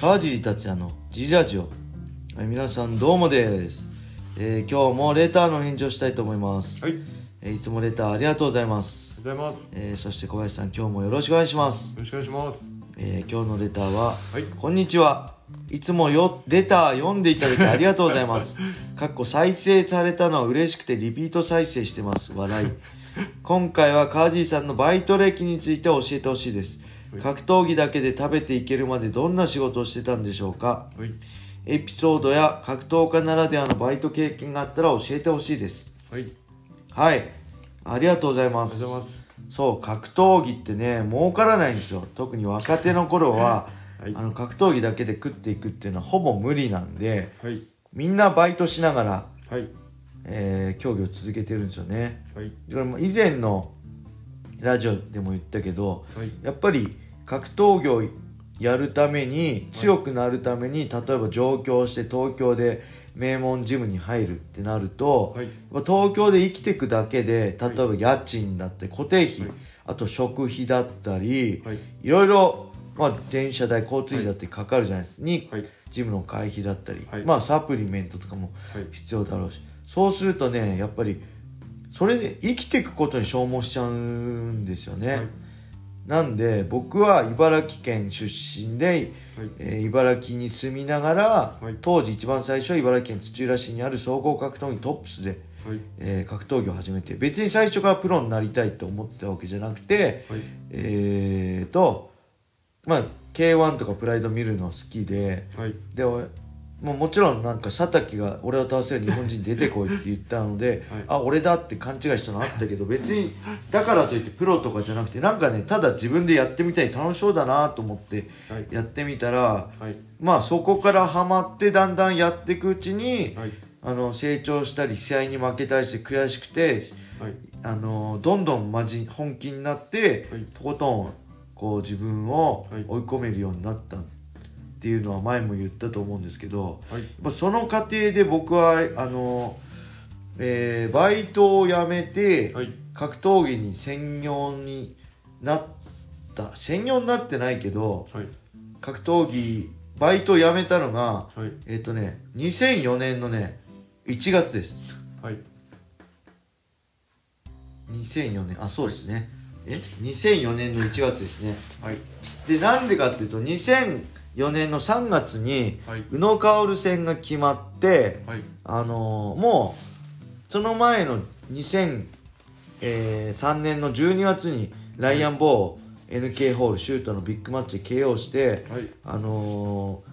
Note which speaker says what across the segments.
Speaker 1: 川尻達也のジリラジオ、はい、皆さんどうもです、えー今日もレターの返事をしたいと思います、
Speaker 2: はい、あり
Speaker 1: えーいつもレターありがとうございます、
Speaker 2: がとうございます。よ
Speaker 1: えーそして小林さん今日もよろしくお願いします、
Speaker 2: ろしくお願いします。
Speaker 1: えー今日のレターは
Speaker 2: はい、
Speaker 1: こんにちは。いつもよ、レター読んでいただきありがとうござい ます。かっこ再生されたのは嬉しくてリピート再生してます。笑い。今回はカージーさんのバイト歴について教えてほしいです。格闘技だけで食べていけるまでどんな仕事をしてたんでしょうか
Speaker 2: はい、
Speaker 1: エピソードや格闘家ならではのバイト経験があったら教えてほしいです。
Speaker 2: はい、あり
Speaker 1: はい。ありがとうございま
Speaker 2: がとう
Speaker 1: す
Speaker 2: ご。ざいます。
Speaker 1: そう、格闘技ってね、儲からないんですよ。特に若手の頃は、
Speaker 2: はい
Speaker 1: あの格闘技だけで食っていくっていうのはほぼ無理なんで
Speaker 2: はい、
Speaker 1: みんなバイトしながら、
Speaker 2: はい、
Speaker 1: えー競技を続けてるんですよね
Speaker 2: はい、
Speaker 1: だからもう以前のラジオでも言ったけど
Speaker 2: はい、
Speaker 1: やっぱり格闘技をやるために強くなるために、例えば上京して東京で名門ジムに入るってなると、
Speaker 2: はい、
Speaker 1: まあ東京で生きていくだけで例
Speaker 2: はい
Speaker 1: えば家賃だって固定費、
Speaker 2: はい
Speaker 1: あと食費だったり、
Speaker 2: はい、
Speaker 1: い、ろいろ、まあ、電車代交通費だってかかるじゃないですか、に
Speaker 2: はい、
Speaker 1: ジムの会費だったり、
Speaker 2: はい
Speaker 1: まあサプリメントとかも
Speaker 2: はい、
Speaker 1: 必要だろうしそうするとねやっぱりそれで生きていくことに消耗しちゃうんですよね、
Speaker 2: はい
Speaker 1: なんで僕は茨城県出身で、
Speaker 2: はい、
Speaker 1: えー茨城に住みながら、
Speaker 2: はい
Speaker 1: 当時一番最初は茨城県土浦市にある総合格闘技トップスで
Speaker 2: はい、
Speaker 1: えー格闘技を始めて別に最初からプロになりたいと思ってたわけじゃなくて
Speaker 2: はい、
Speaker 1: えー、とまあ k 1とかプライド見るの好きで
Speaker 2: はい、
Speaker 1: で俺もうもちろんなんか佐竹が俺を倒せる日本人出てこいって言ったので、
Speaker 2: はい
Speaker 1: あ俺だって勘違いしたのあったけど別にだからといってプロとかじゃなくてなんかねただ自分でやってみたい楽しそうだなと思って
Speaker 2: はい、
Speaker 1: やってみたら
Speaker 2: はい、
Speaker 1: まあそこからハマってだんだんやっていくうちに、
Speaker 2: はい、
Speaker 1: あの成長したり試合に負けたりして悔しくて
Speaker 2: はい、
Speaker 1: あのどんどんまじ本気になって、
Speaker 2: はい
Speaker 1: とことんこう自分を
Speaker 2: はい
Speaker 1: 追い込めるようになったっていうのは前も言ったと思うんですけど
Speaker 2: はい、
Speaker 1: やっぱその過程で僕はあの、えーバイトを辞めて、
Speaker 2: はい、
Speaker 1: 格闘技に専業になった専業になってないけど
Speaker 2: はい、
Speaker 1: 格闘技バイトを辞めたのが
Speaker 2: はい、
Speaker 1: えっ、とね2004年のね1月です
Speaker 2: はい、
Speaker 1: 2004年あそうですねえ2004年の1月ですね
Speaker 2: はい、
Speaker 1: でなんでかっていうと2004年の3月に
Speaker 2: はい、
Speaker 1: 宇野薫戦が決まって
Speaker 2: はい、
Speaker 1: あのーもうその前の2003年の12月にライアン・ボーを NK ホールシュートのビッグマッチで KO して
Speaker 2: はい、
Speaker 1: あのー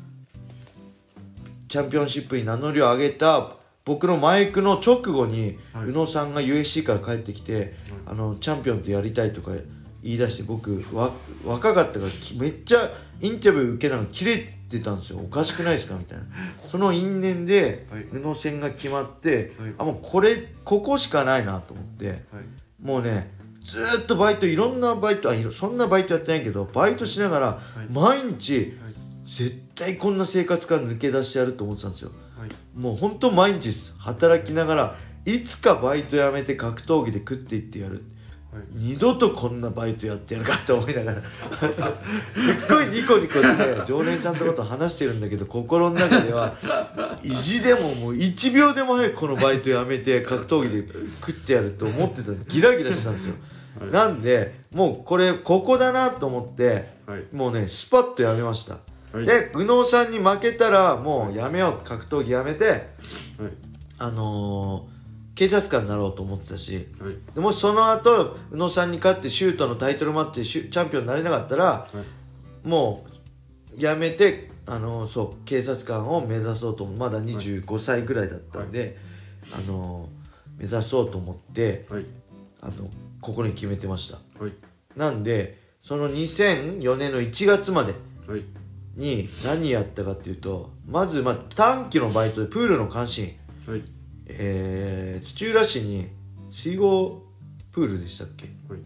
Speaker 1: チャンピオンシップに名乗りを上げた僕のマイクの直後に、
Speaker 2: はい
Speaker 1: 宇野さんが USC から帰ってきて、あのチャンピオンとやりたいとか言い出して僕わ若かったからきめっちゃインタビュー受けながら切れてたんですよおかしくないですかみたいなその因縁で
Speaker 2: はい
Speaker 1: 宇野戦が決まって、
Speaker 2: はい
Speaker 1: あもうこれここしかないなと思って。
Speaker 2: はい、
Speaker 1: もうねずーっとバイトいろんなバイトあいろそんなバイトやってないけどバイトしながら
Speaker 2: い
Speaker 1: 毎日
Speaker 2: はい、
Speaker 1: 絶対こんな生活から抜け出してやると思ってたんですよ
Speaker 2: はい、
Speaker 1: もうほんと毎日です働きながらいつかバイトやめて格闘技で食っていってやる
Speaker 2: はい、
Speaker 1: 二度とこんなバイトやってやるかって思いながらすっごいニコニコして常連さんとこと話してるんだけど心の中では意地でももう1秒でも早くこのバイトやめて格闘技で食ってやると思ってたのギラギラしてたんですよ
Speaker 2: はい
Speaker 1: なんでもうこれここだなと思って
Speaker 2: はい、
Speaker 1: もうねスパッとやめました
Speaker 2: はい
Speaker 1: で宇野さんに負けたらもうやめよう格闘技やめて
Speaker 2: はい、
Speaker 1: あのー警察官になろうと思ってたし
Speaker 2: はい、
Speaker 1: でもしその後宇野さんに勝ってシュートのタイトルマッチでシュチャンピオンになれなかったら
Speaker 2: はい、
Speaker 1: もうやめてあのそう警察官を目指そうと思まだ25歳ぐらいだったんで、あの目指そうと思って
Speaker 2: はい、
Speaker 1: あのここに決めてました
Speaker 2: はい、
Speaker 1: なんでその2004年の1月まで
Speaker 2: はい、
Speaker 1: に何やったかっていうとまず、まあ、短期のバイトでプールの監視員、
Speaker 2: はい、
Speaker 1: えー、土浦市に水郷プールでしたっけ
Speaker 2: はい、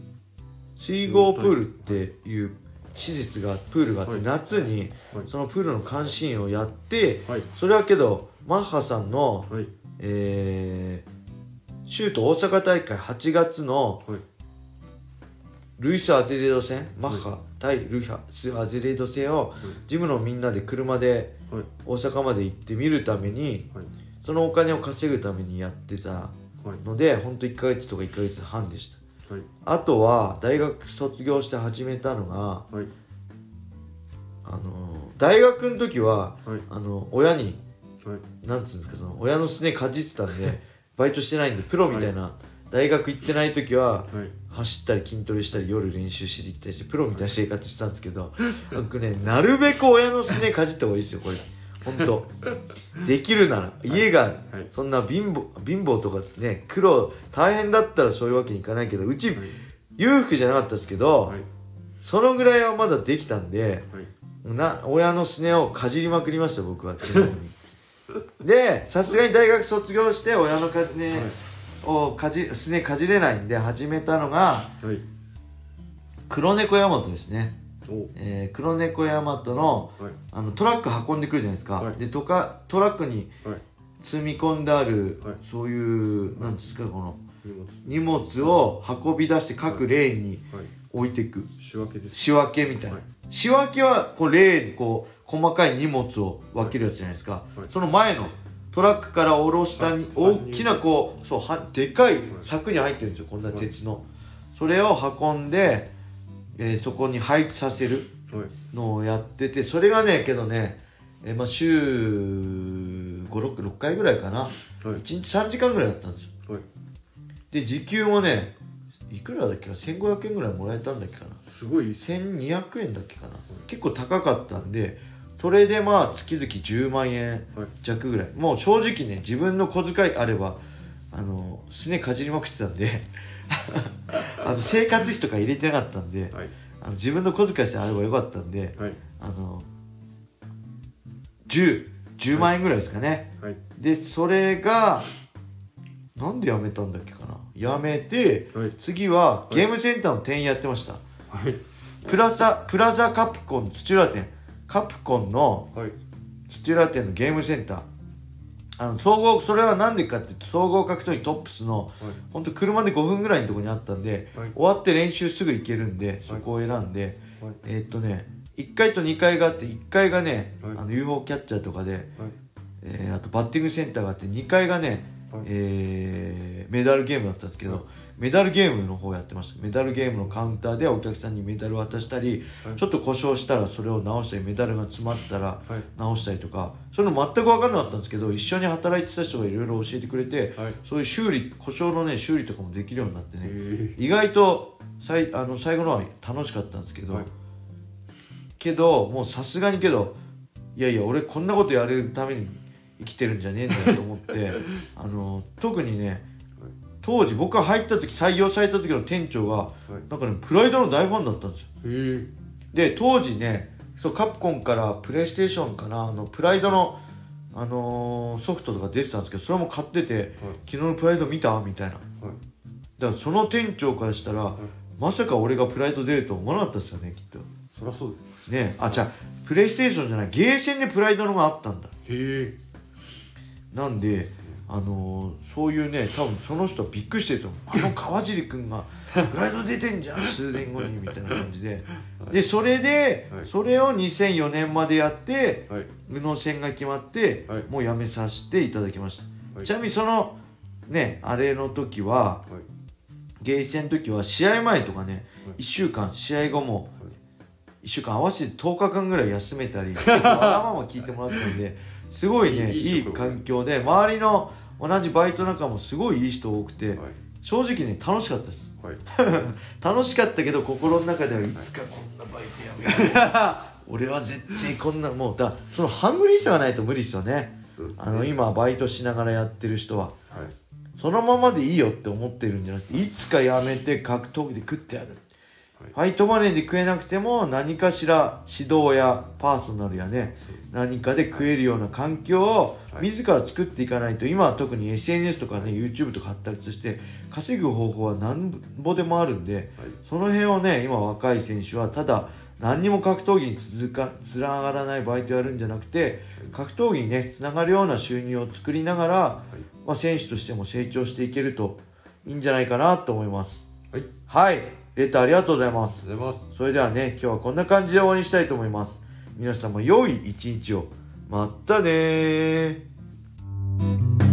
Speaker 1: 水郷プールっていう施設がプールがあって、
Speaker 2: はい
Speaker 1: 夏に
Speaker 2: はい
Speaker 1: そのプールの監視員をやって、
Speaker 2: はい
Speaker 1: それはけどマッハさんの、
Speaker 2: はい、
Speaker 1: えー、シュート大阪大会8月の
Speaker 2: はい、
Speaker 1: ルイス・アゼレード戦マッハ対ルイス・アゼレード戦をジムのみんなで車で
Speaker 2: はい
Speaker 1: 大阪まで行って見るために
Speaker 2: はい
Speaker 1: そのお金を稼ぐためにやってた
Speaker 2: はい
Speaker 1: のでほんと1ヶ月とか1ヶ月半でした
Speaker 2: はい
Speaker 1: あとは大学卒業して始めたのが
Speaker 2: はい
Speaker 1: あの大学の時は
Speaker 2: はい
Speaker 1: あの親に
Speaker 2: はい
Speaker 1: なんつうんですかその親のすねかじってたん でバイトしてないんでプロみたいな大学行ってない時は
Speaker 2: はい
Speaker 1: 走ったり筋トレしたり夜練習しに行ったりしてプロみたいな生活してたんですけど僕ねなるべく親のすねかじった方がいいですよこれ本当できるなら家が
Speaker 2: はい
Speaker 1: そんな貧乏貧乏とかね苦労大変だったらそういうわけにいかないけどうち
Speaker 2: はい
Speaker 1: 裕福じゃなかったですけど、
Speaker 2: はい
Speaker 1: そのぐらいはまだできたんで
Speaker 2: はい
Speaker 1: な親のすねをかじりまくりました僕はち なみにでさすがに大学卒業して親のかじねをかじすねかじれないんで始めたのが
Speaker 2: はい
Speaker 1: 黒猫ヤマトですね、
Speaker 2: お
Speaker 1: えー黒猫ヤマトの
Speaker 2: はい
Speaker 1: あのトラック運んでくるじゃないですか、
Speaker 2: はい
Speaker 1: でとかトラックに
Speaker 2: はい
Speaker 1: 積み込んである、
Speaker 2: はい
Speaker 1: そういうなんですかこの
Speaker 2: 荷物
Speaker 1: 荷物を運び出して各レーンに
Speaker 2: はい
Speaker 1: 置いていく
Speaker 2: 仕分けです
Speaker 1: 仕分けみたいな、
Speaker 2: はい
Speaker 1: 仕分けはこう例にこう細かい荷物を分けるやつじゃないですか、
Speaker 2: はい
Speaker 1: その前のトラックから下ろしたに、
Speaker 2: はい
Speaker 1: 大きなこうそうはでかい柵に入ってるんですよこんな鉄の、それを運んで、えーそこに配置させる
Speaker 2: はい
Speaker 1: のをやっててそれがねけどね、えーまあ、週566回ぐらいかな
Speaker 2: はい
Speaker 1: 1日3時間ぐらいだったんですよ
Speaker 2: はい
Speaker 1: で時給もねいくらだっけな1500円ぐらいもらえたんだっけかな
Speaker 2: すごいっす
Speaker 1: 1200円だっけかな結構高かったんでそれでまあ月々10万円
Speaker 2: はい
Speaker 1: 弱ぐらいもう正直ね自分の小遣いあればあのすねかじりまくってたんで あの生活費とか入れてなかったんで
Speaker 2: はい
Speaker 1: あの自分の小遣いさえあればよかったんで
Speaker 2: はい
Speaker 1: あの1010万円ぐらいですかね
Speaker 2: はい
Speaker 1: でそれがなんで辞めたんだっけかな辞めて
Speaker 2: はい
Speaker 1: 次はゲームセンターの店員やってました、
Speaker 2: はい
Speaker 1: プラザ、プラザカプコン土浦店。カプコンの
Speaker 2: はい
Speaker 1: 土浦店のゲームセンター。あの、総合、それはなんでかっていうと、総合格闘技トップスの、
Speaker 2: はい
Speaker 1: ほんと車で5分ぐらいのところにあったんで、
Speaker 2: はい
Speaker 1: 終わって練習すぐ行けるんで、そこを選んで、
Speaker 2: はい
Speaker 1: えーっとね、1階と2階があって、1階がね、
Speaker 2: はい
Speaker 1: あの、UFO キャッチャーとかで、
Speaker 2: はい
Speaker 1: えーあとバッティングセンターがあって、2階がね、
Speaker 2: はい
Speaker 1: えーメダルゲームだったんですけど、
Speaker 2: はい
Speaker 1: メダルゲームの方やってましたメダルゲームのカウンターでお客さんにメダル渡したり、
Speaker 2: はい
Speaker 1: ちょっと故障したらそれを直したりメダルが詰まったら
Speaker 2: はい
Speaker 1: 直したりとかそういうの全く分かんなかったんですけど一緒に働いてた人がいろいろ教えてくれて、
Speaker 2: はい
Speaker 1: そういう修理故障のね修理とかもできるようになって
Speaker 2: え
Speaker 1: ね、
Speaker 2: ー
Speaker 1: 意外とさいあの最後のは楽しかったんですけど、
Speaker 2: はい
Speaker 1: けどもうさすがにけどいやいや俺こんなことやるために生きてるんじゃねえんだよと思って あの特にね当時僕が入った時採用された時の店長が
Speaker 2: はい
Speaker 1: なんかねプライドの大ファンだったんですよ
Speaker 2: えー
Speaker 1: で当時ねそうカプコンからプレイステーションかなあのプライドの、あのーソフトとか出てたんですけどそれも買ってて、昨日のプライド見たみたいな
Speaker 2: はい
Speaker 1: だからその店長からしたら、まさか俺がプライド出ると思わなかったですよねきっと
Speaker 2: そりゃそうです
Speaker 1: ねあじゃあプレイステーションじゃないゲーセンでプライドのがあったんだ
Speaker 2: え
Speaker 1: なんであのーそういうね多分その人はびっくりしてると思うあの川尻君がプライド出てんじゃん数年後にみたいな感じででそれで、
Speaker 2: はい
Speaker 1: それを2004年までやって
Speaker 2: はい
Speaker 1: 宇野戦が決まって、
Speaker 2: はい
Speaker 1: もう辞めさせていただきました、
Speaker 2: はい
Speaker 1: ちなみにそのねあれの時は
Speaker 2: はい
Speaker 1: ゲーセンの時は試合前とかね、
Speaker 2: はい
Speaker 1: 1週間試合後も
Speaker 2: はい
Speaker 1: 1週間合わせて10日間ぐらい休めた りわがまま聞いてもらってたんですごいね
Speaker 2: いい
Speaker 1: い
Speaker 2: い
Speaker 1: い
Speaker 2: い職場
Speaker 1: 環境で周りの同じバイト仲もすごいいい人多くて、
Speaker 2: はい
Speaker 1: 正直ね楽しかったです
Speaker 2: はい
Speaker 1: 楽しかったけど心の中ではいつかこんなバイトやめよう 俺は絶対こんなもうだそのハングリーさがないと無理ですよね
Speaker 2: そうですね
Speaker 1: あの今バイトしながらやってる人は
Speaker 2: はい
Speaker 1: そのままでいいよって思ってるんじゃなくていつかやめて格闘技で食ってやるファイトマネーで食えなくても何かしら指導やパーソナルやね何かで食えるような環境を
Speaker 2: はい
Speaker 1: 自ら作っていかないと今は特に SNS とかね YouTube とか発達して稼ぐ方法は何ぼでもあるんで
Speaker 2: はい
Speaker 1: その辺をね今若い選手はただ何にも格闘技に続かつながらないバイトやるんじゃなくて格闘技にねつながるような収入を作りながら、まあ、選手としても成長していけるといいんじゃないかなと思います。
Speaker 2: はい
Speaker 1: はいレターありがとうございます。
Speaker 2: りがとうございます
Speaker 1: それではね、今日はこんな感じで終わりにしたいと思います。皆様、良い一日を。またねー。